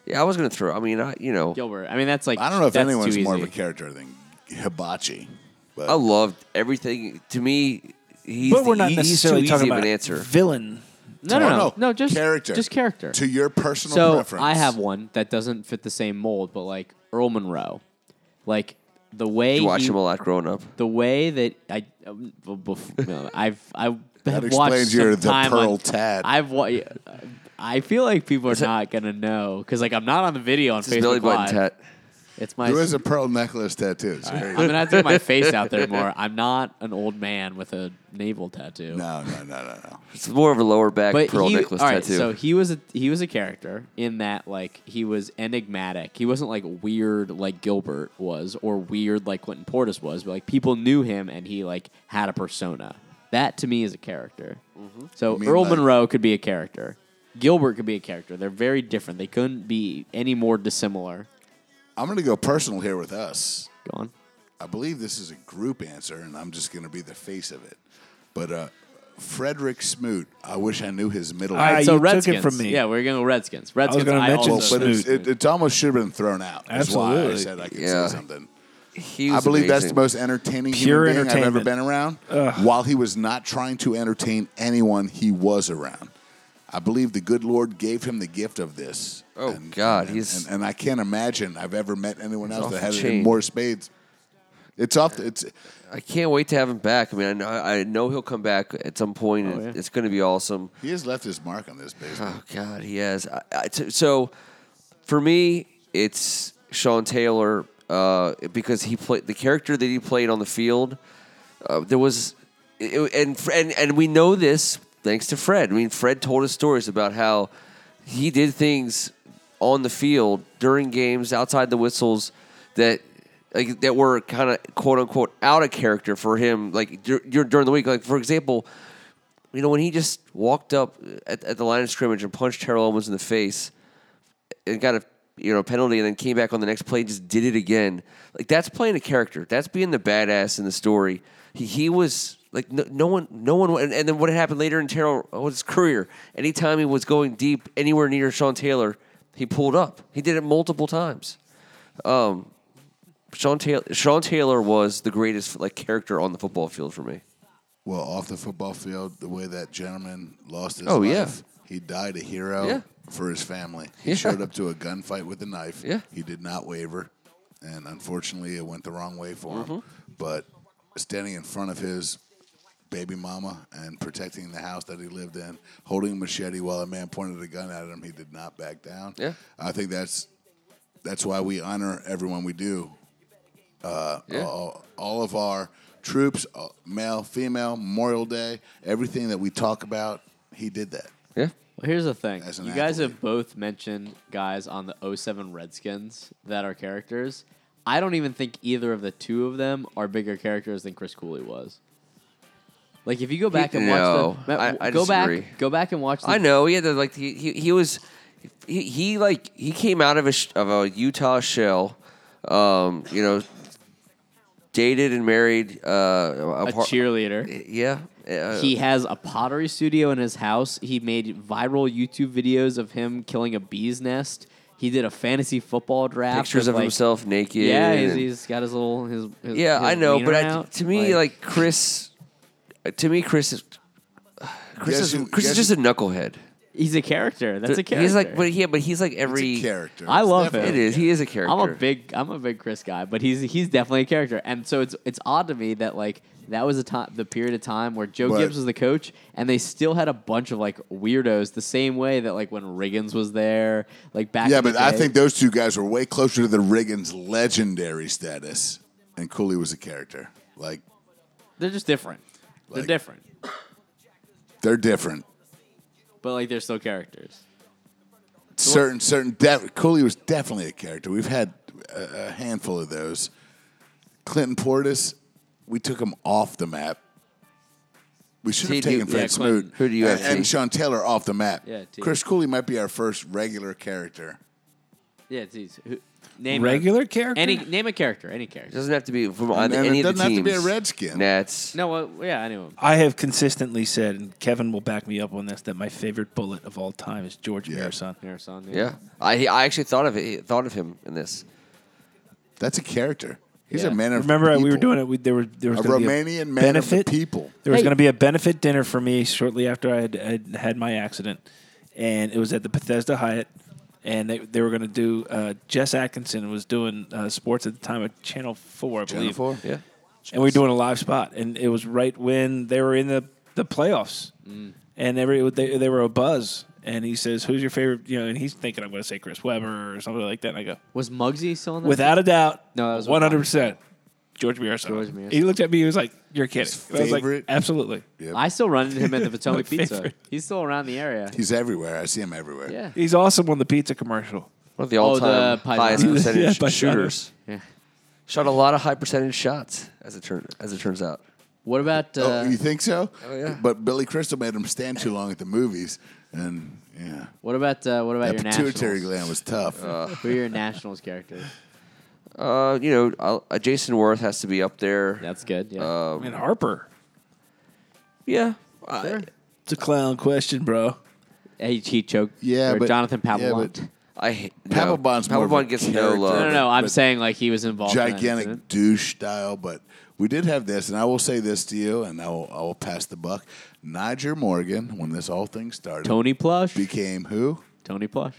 Speaker 3: yeah, I was gonna throw. I mean, I, you know,
Speaker 6: Gilbert. I mean, that's like
Speaker 5: I don't know if
Speaker 6: that's
Speaker 5: anyone's
Speaker 6: too
Speaker 5: more of
Speaker 6: easy.
Speaker 5: a character than Hibachi. But
Speaker 3: I loved everything. To me, he's
Speaker 4: But
Speaker 3: the- e,
Speaker 4: we're not
Speaker 3: he's
Speaker 4: necessarily
Speaker 3: too
Speaker 4: talking
Speaker 3: easy
Speaker 4: about
Speaker 3: of an answer.
Speaker 4: villain.
Speaker 6: No, no,
Speaker 5: Oh,
Speaker 6: no,
Speaker 5: no.
Speaker 6: no, just
Speaker 5: Character.
Speaker 6: just character.
Speaker 5: to your personal
Speaker 6: so
Speaker 5: preference.
Speaker 6: I have one that doesn't fit the same mold, but like Earl Monroe, like the way
Speaker 3: You watch
Speaker 6: he-
Speaker 3: him a lot growing up.
Speaker 6: the way that I um, b- bef- no, I've I've
Speaker 5: That
Speaker 6: have watched
Speaker 5: explains your
Speaker 6: some
Speaker 5: The
Speaker 6: time
Speaker 5: Pearl
Speaker 6: on-
Speaker 5: Tad.
Speaker 6: I've wa- I feel like people are not gonna know because like I'm not on the video on
Speaker 3: It's his
Speaker 6: Facebook
Speaker 3: belly button
Speaker 6: Live.
Speaker 3: tat.
Speaker 6: It's my.
Speaker 5: There is a pearl necklace tattoo. So there you
Speaker 6: I'm
Speaker 5: go.
Speaker 6: gonna have to get my face out there more. I'm not an old man with a navel tattoo.
Speaker 5: No, no, no, no, no.
Speaker 3: It's more of a lower back
Speaker 6: But
Speaker 3: pearl
Speaker 6: he,
Speaker 3: necklace
Speaker 6: all right,
Speaker 3: tattoo.
Speaker 6: so he was a he was a character in that like he was enigmatic. He wasn't like weird like Gilbert was or weird like Quentin Portis was, but like people knew him and he like had a persona. That to me is a character.
Speaker 3: Mm-hmm.
Speaker 6: So
Speaker 5: mean
Speaker 6: Earl
Speaker 5: like-
Speaker 6: Monroe could be a character. Gilbert could be a character. They're very different. They couldn't be any more dissimilar.
Speaker 5: I'm going to go personal here with us.
Speaker 6: Go on.
Speaker 5: I believe this is a group answer, and I'm just going to be the face of it. But uh, Frederick Smoot, I wish I knew his middle
Speaker 4: I-
Speaker 5: name.
Speaker 4: you
Speaker 6: so
Speaker 4: took it
Speaker 6: Redskins.
Speaker 4: from me.
Speaker 6: Yeah, we're gonna go Redskins. Redskins.
Speaker 4: gonna mention
Speaker 5: Well,
Speaker 6: also-
Speaker 5: but it's, it, it almost should have been thrown out. That's why I
Speaker 4: Absolutely.
Speaker 5: said I could
Speaker 3: Yeah.
Speaker 5: say something.
Speaker 3: he
Speaker 5: I
Speaker 3: was
Speaker 5: believe that's the
Speaker 3: amazing.
Speaker 5: most entertaining
Speaker 4: Pure
Speaker 5: human being I've ever
Speaker 4: entertainment.
Speaker 5: been around. While he was not trying to entertain anyone he was around, I believe the good Lord gave him the gift of this.
Speaker 3: Oh, God,
Speaker 5: and,
Speaker 3: he's-
Speaker 5: and, and I can't imagine I've ever met anyone else
Speaker 3: off
Speaker 5: that
Speaker 3: the
Speaker 5: had it in
Speaker 3: chain.
Speaker 5: more spades. It's off. The, it's
Speaker 3: I can't wait to have him back. I mean, I know, I know he'll come back at some point. and
Speaker 6: Oh, yeah.
Speaker 3: It's going to be awesome.
Speaker 5: he has left his mark on this baseball.
Speaker 3: Oh God, he has. I, I t- so for me, it's Sean Taylor uh, because he played the character that he played on the field. Uh, there was, it, and and and we know this thanks to Fred. I mean, Fred told us stories about how he did things on the field during games outside the whistles that. Like, that were kind of quote unquote out of character for him, like dur- dur- during the week. Like for example, you know, when he just walked up at, at the line of scrimmage and punched Terrell Owens in the face and got a you know penalty and then came back on the next play and just did it again. Like that's playing a character. That's being the badass in the story. He he was like no, no one no one and, and then what happened later in Terrell Owens' career, anytime he was going deep anywhere near Sean Taylor, he pulled up. He did it multiple times. Um Sean Taylor, Sean Taylor was the greatest like character on the football field for me.
Speaker 5: Well, off the football field, the way that gentleman lost his
Speaker 3: Oh,
Speaker 5: life,
Speaker 3: yeah.
Speaker 5: he died a hero
Speaker 3: Yeah.
Speaker 5: for his family. He
Speaker 3: Yeah.
Speaker 5: showed up to a gunfight with a knife.
Speaker 3: Yeah.
Speaker 5: He did not waver, and unfortunately, it went the wrong way for him.
Speaker 3: Mm-hmm.
Speaker 5: But standing in front of his baby mama and protecting the house that he lived in, holding a machete while a man pointed a gun at him, he did not back down.
Speaker 3: Yeah.
Speaker 5: I think that's that's why we honor everyone we do Uh,
Speaker 3: Yeah.
Speaker 5: all, all of our troops, uh, male, female, Memorial Day, everything that we talk about, he did that.
Speaker 3: Yeah.
Speaker 6: Well, here's the thing.
Speaker 5: As an
Speaker 6: You guys
Speaker 5: athlete.
Speaker 6: have both mentioned guys on the 07 Redskins that are characters. I don't even think either of the two of them are bigger characters than Chris Cooley was. Like if you go back and
Speaker 3: no,
Speaker 6: watch the Matt,
Speaker 3: I- I
Speaker 6: go
Speaker 3: disagree.
Speaker 6: back go back and watch the
Speaker 3: I know. Yeah, the, like he, he he was he, he like he came out of a sh- of a Utah shell, um, you know, dated and married uh, a,
Speaker 6: a
Speaker 3: par-
Speaker 6: cheerleader.
Speaker 3: Yeah, uh,
Speaker 6: he has a pottery studio in his house. He made viral YouTube videos of him killing a bee's nest. He did a fantasy football draft.
Speaker 3: pictures
Speaker 6: with,
Speaker 3: of
Speaker 6: like-
Speaker 3: himself naked.
Speaker 6: Yeah, he's,
Speaker 3: and-
Speaker 6: he's got his little his. his
Speaker 3: yeah,
Speaker 6: his
Speaker 3: I know.
Speaker 6: wiener
Speaker 3: But I,
Speaker 6: out.
Speaker 3: to me, like, Chris, to me, Chris is Chris
Speaker 5: Guess
Speaker 3: is
Speaker 5: who-
Speaker 3: Chris is
Speaker 5: guess
Speaker 3: just
Speaker 5: who-
Speaker 3: a knucklehead.
Speaker 6: he's a character. That's a character.
Speaker 3: He's like, but yeah, but he's like every
Speaker 5: It's a character.
Speaker 6: I
Speaker 5: It's
Speaker 6: love
Speaker 5: definitely
Speaker 3: It
Speaker 6: him.
Speaker 5: a
Speaker 3: is. He is a character.
Speaker 6: I'm a big I'm a big Chris guy, but he's he's definitely a character. And so it's it's odd to me that like that was a time the period of time where Joe
Speaker 5: Right.
Speaker 6: Gibbs was the coach and they still had a bunch of like weirdos the same way that like when Riggins was there, like back
Speaker 5: Yeah,
Speaker 6: in the
Speaker 5: but I
Speaker 6: day.
Speaker 5: think those two guys were way closer to the Riggins legendary status, and Cooley was a character. Like
Speaker 6: they're just different.
Speaker 5: Like-
Speaker 6: they're different.
Speaker 5: they're different.
Speaker 6: But like they're still characters.
Speaker 5: Certain, certain. Def- Cooley was definitely a character. We've had a, a handful of those. Clinton Portis, we took him off the map. We should
Speaker 3: Who
Speaker 5: have
Speaker 3: do you-
Speaker 5: taken Fred
Speaker 6: yeah, Clinton.
Speaker 5: Smoot
Speaker 3: Who do you
Speaker 5: and,
Speaker 3: have, T?
Speaker 5: and Sean Taylor off the map.
Speaker 6: Yeah, T.
Speaker 5: Chris Cooley might be our first regular character.
Speaker 6: Yeah, it's easy. Who- Name a-
Speaker 4: Regular character.
Speaker 6: any name a character, any character.
Speaker 3: doesn't have to be from either,
Speaker 5: then it
Speaker 3: any of the
Speaker 5: doesn't have to be a
Speaker 3: teams.
Speaker 5: Redskin.
Speaker 3: Nats.
Speaker 6: No, well, yeah, anyone.
Speaker 4: I have consistently said, and Kevin will back me up on this, that my favorite bullet of all time is George
Speaker 5: Yeah.
Speaker 4: Marason.
Speaker 6: Harrison,
Speaker 3: Yeah, I he- I actually thought of it, thought of him in this.
Speaker 5: That's a character. He's
Speaker 6: Yeah.
Speaker 5: a man of
Speaker 4: Remember, we were
Speaker 5: people.
Speaker 4: doing it. We, there was there was
Speaker 5: A
Speaker 4: gonna be
Speaker 5: Romanian man of the
Speaker 4: benefit
Speaker 5: people.
Speaker 4: There was
Speaker 6: Hey.
Speaker 4: going to be a benefit dinner for me shortly after I had, had had my accident, and it was at the Bethesda Hyatt, and they, they were going to do. Uh, Jess Atkinson was doing uh, sports at the time at Channel Four, I
Speaker 5: Channel
Speaker 4: believe.
Speaker 5: Four?
Speaker 3: Yeah.
Speaker 4: and we were doing a live spot, and it was right when they were in the the playoffs,
Speaker 6: Mm.
Speaker 4: and every they they were a buzz. And he says, "Who's your favorite?" You know, and he's thinking I'm going to say Chris Webber or something like that. And I go,
Speaker 6: Was Muggsy still on that?
Speaker 4: without a doubt,
Speaker 6: No, that was
Speaker 4: one hundred percent. George Mirasan.
Speaker 6: George Mirasan.
Speaker 4: He looked at me. He was like, "You're kidding." I was like,
Speaker 5: favorite?
Speaker 4: "Absolutely."
Speaker 5: Yep.
Speaker 6: I still run into him at the Potomac
Speaker 4: My
Speaker 6: Pizza.
Speaker 4: favorite.
Speaker 6: He's still around the area.
Speaker 5: He's everywhere. I see him everywhere.
Speaker 6: Yeah.
Speaker 4: He's awesome on the pizza commercial.
Speaker 3: One of the all-time
Speaker 6: Oh, the Paisano.
Speaker 3: highest
Speaker 6: Yeah,
Speaker 3: percentage
Speaker 4: Paisano.
Speaker 3: shooters.
Speaker 6: Yeah.
Speaker 3: Shot a lot of high percentage shots, as it turn as it turns out.
Speaker 6: What about
Speaker 5: Oh,
Speaker 6: uh,
Speaker 5: you think so?
Speaker 3: Oh, yeah.
Speaker 5: But Billy Crystal made him stand too long at the movies, and yeah,
Speaker 6: what about uh, what about
Speaker 5: that
Speaker 6: your
Speaker 5: pituitary
Speaker 6: nationals? Uh,
Speaker 5: gland was tough.
Speaker 6: Who are your nationals characters?
Speaker 3: Uh, you know, I'll, uh, Jason Worth has to be up there. Uh,
Speaker 6: That's good. Yeah.
Speaker 5: Uh,
Speaker 4: I mean, Harper.
Speaker 3: Yeah.
Speaker 6: Sure.
Speaker 4: It's a clown question, bro.
Speaker 6: Hey, he choked.
Speaker 5: Yeah,
Speaker 6: or
Speaker 5: but-
Speaker 6: Jonathan
Speaker 5: yeah,
Speaker 6: Pavlov.
Speaker 5: but-
Speaker 3: I, I hate- no.
Speaker 5: Papelbon's more of a
Speaker 3: Papelbon gets no
Speaker 5: character.
Speaker 3: love.
Speaker 6: no, no, no. I'm
Speaker 5: But-
Speaker 6: saying like he was involved. In that
Speaker 5: Gigantic
Speaker 6: incident.
Speaker 5: douche style, but we did have this, and I will say this to you, and I will, I will pass the buck. Niger Morgan, when this all thing started,
Speaker 6: Tony Plush.
Speaker 5: became who?
Speaker 6: Tony Plush.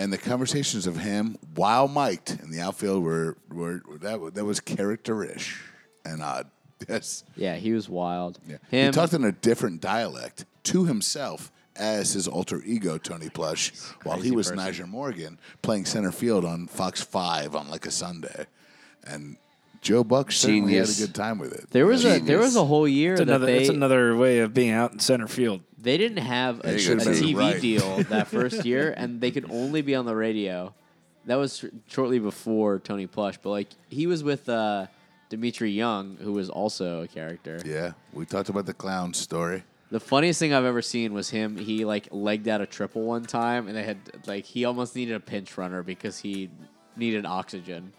Speaker 5: and the conversations of him while mic'd in the outfield were were that wa- that was character-ish and odd. Yes,
Speaker 6: Yeah, he was wild.
Speaker 5: yeah. he
Speaker 6: Him,
Speaker 5: talked in a different dialect to himself as his alter ego Tony Plush, while he
Speaker 6: crazy
Speaker 5: was
Speaker 6: person.
Speaker 5: Niger Morgan playing center field on Fox Five on like a Sunday, and Joe Buck certainly had a
Speaker 3: Genius.
Speaker 5: good time with it.
Speaker 6: there was a there
Speaker 3: Genius.
Speaker 6: was a whole year
Speaker 4: It's
Speaker 6: that
Speaker 4: another,
Speaker 6: they
Speaker 4: it's another way of being out in center field.
Speaker 6: they didn't have a, a
Speaker 3: you go, Benny.
Speaker 6: TV
Speaker 5: Right.
Speaker 6: deal that first year, and they could only be on the radio. That was sh- shortly before Tony Plush, but like he was with uh, Dimitri Young, who was also a character.
Speaker 5: Yeah, we talked about the clown story.
Speaker 6: The funniest thing I've ever seen was him. He like legged out a triple one time, and they had like he almost needed a pinch runner because he needed oxygen.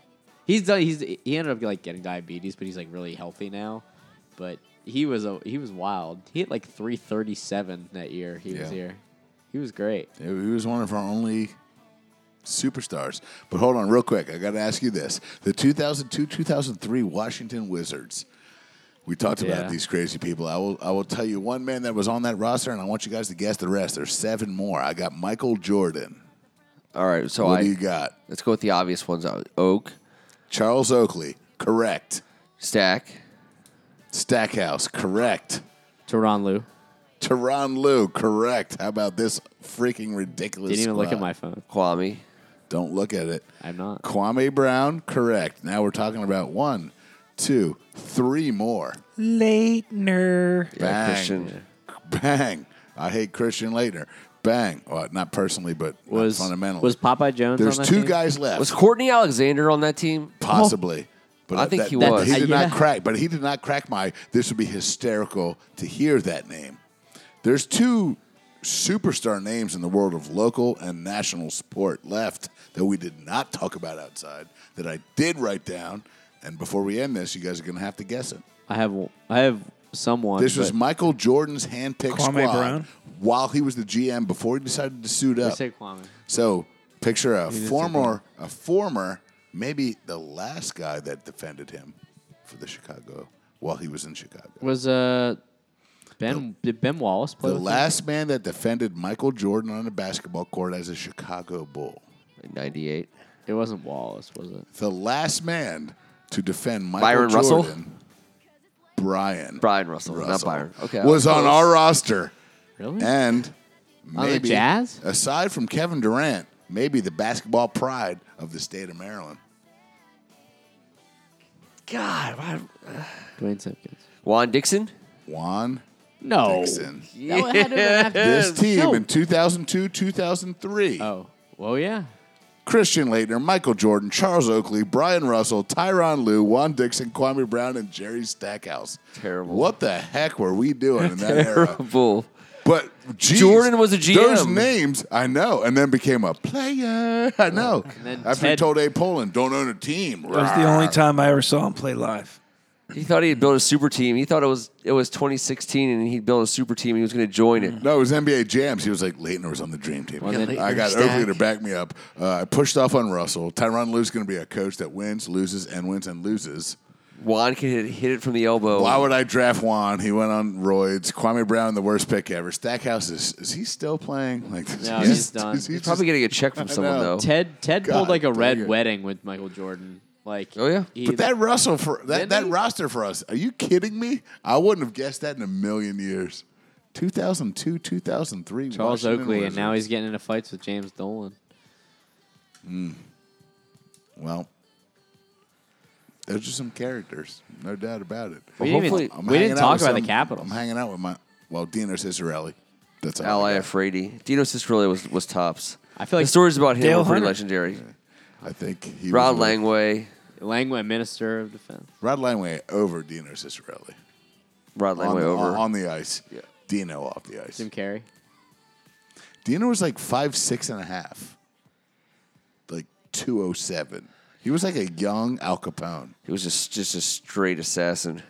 Speaker 6: He's done. He's he ended up like getting diabetes, but he's like really healthy now. But he was a he was wild. He hit like three thirty seven that year. He was
Speaker 5: Yeah.
Speaker 6: here. He was great.
Speaker 5: Yeah, He was one of our only superstars. But hold on, real quick. I got to ask you this: the 2002, 2003 Washington Wizards. We talked
Speaker 6: Yeah.
Speaker 5: about these crazy people. I will. I will tell you one man that was on that roster, and I want you guys to guess the rest. There's seven more. I got Michael Jordan.
Speaker 3: All right, so
Speaker 5: What
Speaker 3: I
Speaker 5: do you got?
Speaker 3: let's go with the obvious ones: Uh, Oak,
Speaker 5: Charles Oakley. Correct.
Speaker 3: Stack,
Speaker 5: Stackhouse. Correct.
Speaker 6: Teron Lou
Speaker 5: Teron Lou. Correct. How about this freaking ridiculous?
Speaker 6: didn't even look at
Speaker 5: squad?
Speaker 6: my phone.
Speaker 3: Kwame,
Speaker 5: Don't look at it.
Speaker 6: I'm not.
Speaker 5: Kwame Brown, correct. Now we're talking about one, two, three more.
Speaker 4: Leitner.
Speaker 3: yeah,
Speaker 5: Bang.
Speaker 3: Christian,
Speaker 5: Bang. I hate Christian Leitner. Bang. Well, not personally, but
Speaker 6: Was
Speaker 5: not fundamentally.
Speaker 6: was Popeye Jones?
Speaker 5: There's
Speaker 6: on that
Speaker 5: two
Speaker 6: team?
Speaker 5: guys left,
Speaker 3: was Courtney Alexander on that team?
Speaker 5: possibly. But
Speaker 3: I think
Speaker 5: that-
Speaker 3: he was.
Speaker 5: He did
Speaker 6: Uh,
Speaker 5: not
Speaker 6: yeah.
Speaker 5: crack. But he did not crack my. This would be hysterical to hear that name. There's two superstar names in the world of local and national sport left that we did not talk about outside that I did write down. And before we end this, you guys are going to have to guess it.
Speaker 6: I have I have someone.
Speaker 5: This was
Speaker 6: but-
Speaker 5: Michael Jordan's handpicked
Speaker 4: Kwame
Speaker 5: squad
Speaker 4: Brown?
Speaker 5: while he was the GM before he decided to suit
Speaker 6: I
Speaker 5: up.
Speaker 6: say Kwame.
Speaker 5: So picture a former, a former, maybe the last guy that defended him for the Chicago while he was in Chicago.
Speaker 6: Was uh Ben did Ben Wallace play?
Speaker 5: The
Speaker 6: with him?
Speaker 5: last man that defended Michael Jordan on a basketball court as a Chicago Bull.
Speaker 3: Ninety-eight.
Speaker 6: It wasn't Wallace, was it?
Speaker 5: The last man to defend Michael
Speaker 3: Byron Russell?
Speaker 5: Jordan. Brian.
Speaker 3: Brian Russell, not Byron. Okay, I
Speaker 5: Was
Speaker 3: was
Speaker 5: on
Speaker 3: close.
Speaker 5: our roster.
Speaker 6: Really?
Speaker 5: And
Speaker 6: On the
Speaker 5: maybe
Speaker 6: Jazz?
Speaker 5: aside from Kevin Durant, maybe the basketball pride of the state of Maryland.
Speaker 3: God, why-
Speaker 6: Dwayne Simpkins.
Speaker 3: Juan Dixon.
Speaker 5: Juan
Speaker 3: Oh,
Speaker 6: No.
Speaker 5: Dixon.
Speaker 6: That would- had to have been
Speaker 5: This team
Speaker 6: No.
Speaker 5: in 2002, 2003.
Speaker 6: after- Oh. Well, yeah.
Speaker 5: Christian Leitner, Michael Jordan, Charles Oakley, Brian Russell, Tyron Lou, Juan Dixon, Kwame Brown, and Jerry Stackhouse.
Speaker 3: Terrible.
Speaker 5: What the heck were we doing in that era?
Speaker 3: Bull.
Speaker 5: But geez,
Speaker 3: Jordan was a
Speaker 5: Those
Speaker 3: GM.
Speaker 5: names, I know, and then became a player. I know.
Speaker 6: then
Speaker 5: After he
Speaker 6: Ted-
Speaker 5: told A. Poland, "Don't own a team."
Speaker 4: That was the only time I ever saw him play live.
Speaker 3: He thought he had built a super team. He thought it was it was 2016, and he built a super team. He was going to join
Speaker 6: Mm.
Speaker 3: it.
Speaker 5: No, it was NBA Jams. He was like, Leitner was on the dream team.
Speaker 6: Well, then-
Speaker 5: I got
Speaker 3: Stack.
Speaker 5: Oakley to back me up. Uh, I pushed off on Russell. Tyron Lue's going to be a coach that wins, loses, and wins and loses.
Speaker 3: Juan can hit, hit it from the elbow.
Speaker 5: Why would I draft Juan? He went on roids. Kwame Brown, the worst pick ever. Stackhouse is, is he still playing? Like,
Speaker 6: No, he's done.
Speaker 5: is he
Speaker 3: He's probably
Speaker 5: just-
Speaker 3: getting a check from someone
Speaker 5: know.
Speaker 3: though.
Speaker 6: Ted Ted
Speaker 5: God
Speaker 6: pulled like a
Speaker 5: dang
Speaker 6: red
Speaker 5: it.
Speaker 6: wedding with Michael Jordan. Like
Speaker 3: Oh, yeah?
Speaker 6: he-
Speaker 5: But that Russell for that,
Speaker 6: Didn't
Speaker 5: that
Speaker 6: he?
Speaker 5: roster for us. Are you kidding me? I wouldn't have guessed that in a million years. 2002, 2003.
Speaker 6: Charles
Speaker 5: Washington
Speaker 6: Oakley and now
Speaker 5: Wizards.
Speaker 6: he's getting into fights with James Dolan.
Speaker 5: well. Those are some characters, no doubt about it.
Speaker 6: We didn't, even,
Speaker 3: hopefully-
Speaker 5: I'm
Speaker 6: we
Speaker 5: hanging
Speaker 6: didn't
Speaker 5: out
Speaker 6: talk
Speaker 5: with
Speaker 6: about
Speaker 5: some-
Speaker 6: the Capitals.
Speaker 5: I'm hanging out with my well, Dino Cicerelli. That's all
Speaker 3: Al
Speaker 5: I, got.
Speaker 3: Iafredi. Dino Cicerelli was was tops.
Speaker 6: I feel like-
Speaker 3: the stories about him
Speaker 4: Dale
Speaker 3: were pretty
Speaker 4: Hunter.
Speaker 3: legendary.
Speaker 5: I think he
Speaker 3: Ron
Speaker 5: was-
Speaker 3: Langway,
Speaker 6: Langway, Minister of Defense.
Speaker 5: Rod Langway over Dino Cicerelli.
Speaker 3: Ron
Speaker 5: on,
Speaker 3: Langway
Speaker 5: the-
Speaker 3: over.
Speaker 5: on the ice.
Speaker 3: Yeah.
Speaker 5: Dino off the ice.
Speaker 6: Jim Carrey.
Speaker 5: Dino was like five six and a half, like two oh seven. He was like a young Al Capone.
Speaker 3: he was just just a straight assassin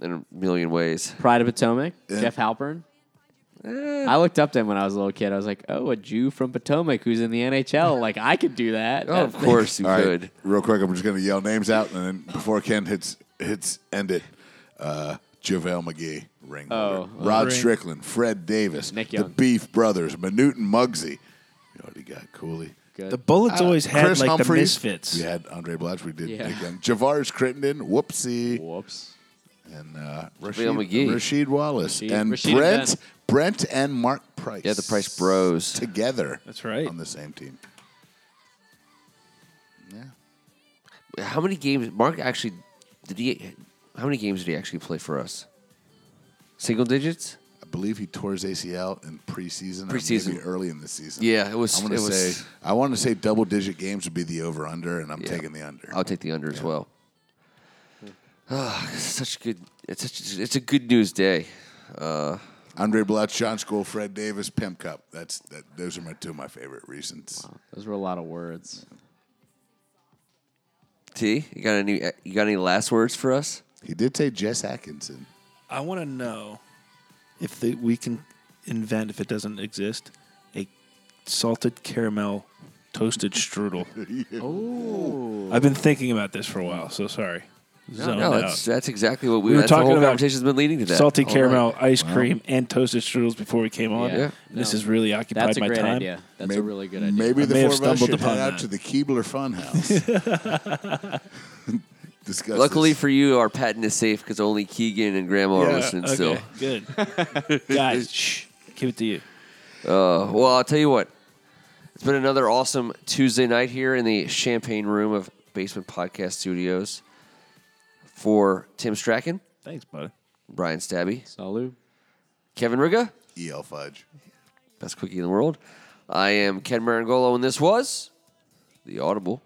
Speaker 3: in a million ways.
Speaker 6: Pride of Potomac.
Speaker 5: Yeah. Eh.
Speaker 6: Jeff Halpern. I looked up to him when I was a little kid. I was like, "Oh, a Jew from Potomac who's in the NHL. Like, I could do that."
Speaker 3: Oh, of course he
Speaker 5: All right,
Speaker 3: could.
Speaker 5: real quick, I'm just gonna yell names out, and then before Ken hits hits end it, uh, JaVale McGee, ring,
Speaker 6: Oh,
Speaker 5: Rod
Speaker 4: Ring.
Speaker 5: Strickland, Fred Davis,
Speaker 6: Nick
Speaker 5: the
Speaker 6: Young.
Speaker 5: Beef Brothers, Manute and Muggsy, You already got Cooley.
Speaker 6: Good.
Speaker 4: The Bullets
Speaker 5: Uh,
Speaker 4: always had
Speaker 5: Chris
Speaker 4: like
Speaker 5: Humphries.
Speaker 4: the misfits.
Speaker 5: We had Andre Blige. We did
Speaker 6: Yeah.
Speaker 5: take him. Javar's Crittenden. Whoopsie.
Speaker 6: Whoops.
Speaker 5: And uh, Rashid,
Speaker 3: JaVale McGee.
Speaker 5: Rashid Wallace.
Speaker 6: Rashid-
Speaker 5: and
Speaker 6: Rashid and
Speaker 5: Brent.
Speaker 6: Ben.
Speaker 5: Brent and Mark Price.
Speaker 3: Yeah, the Price Bros.
Speaker 5: Together.
Speaker 4: That's right.
Speaker 5: On the same team. Yeah.
Speaker 3: How many games? Mark actually did he? How many games did he actually play for us? Single digits.
Speaker 5: I believe he tore his ACL in preseason, or
Speaker 3: Preseason.
Speaker 5: maybe early in the season.
Speaker 3: Yeah, it was-
Speaker 5: I'm gonna
Speaker 3: it was-
Speaker 5: say I want to say double digit games would be the over under, and I'm
Speaker 3: Yeah.
Speaker 5: taking the under.
Speaker 3: I'll take the under as well. Ah, it's such good. It's such, it's a good news day. Uh,
Speaker 5: Andre Blatch, Sean School, Fred Davis, Pimp Cup. That's that. Those are my two of my favorite reasons.
Speaker 6: Those were a lot of words.
Speaker 3: T, you got any? You got any last words for us?
Speaker 5: He did say Jess Atkinson.
Speaker 4: I want to know if the, we can invent, if it doesn't exist, a salted caramel toasted strudel.
Speaker 6: Oh.
Speaker 4: I've been thinking about this for a while, so sorry. Zoned
Speaker 3: no,
Speaker 4: out.
Speaker 3: that's that's exactly what we,
Speaker 4: We were
Speaker 3: that's the
Speaker 4: talking
Speaker 3: whole
Speaker 4: about
Speaker 3: conversation's been leading to that.
Speaker 4: salty
Speaker 3: all night.
Speaker 4: caramel ice cream and toasted strudels before we came on.
Speaker 6: Yeah.
Speaker 3: Yeah.
Speaker 4: This
Speaker 6: No.
Speaker 4: has really occupied
Speaker 6: That's a
Speaker 4: my
Speaker 6: great
Speaker 4: time.
Speaker 6: idea. That's a
Speaker 5: Maybe-
Speaker 6: really good idea.
Speaker 5: Maybe
Speaker 4: I
Speaker 5: the
Speaker 4: may have
Speaker 5: four of us
Speaker 4: stumbled
Speaker 5: should
Speaker 4: upon
Speaker 5: head out
Speaker 4: that.
Speaker 5: to the Keebler Funhouse. Discuss
Speaker 3: Luckily
Speaker 5: this.
Speaker 3: for you, our patent is safe because only Keegan and Grandma are
Speaker 4: Yeah,
Speaker 3: listening
Speaker 4: okay,
Speaker 3: still.
Speaker 4: Good. Guys, shh, give it to you.
Speaker 3: Uh, well, I'll tell you what. It's been another awesome Tuesday night here in the champagne room of Basement Podcast Studios. For Tim Strachan,
Speaker 4: Thanks, buddy.
Speaker 3: Brian Stabby,
Speaker 6: Salud.
Speaker 3: Kevin Riga,
Speaker 5: E.L. E Fudge.
Speaker 3: best cookie in the world. I am Ken Marangolo, and this was the Audible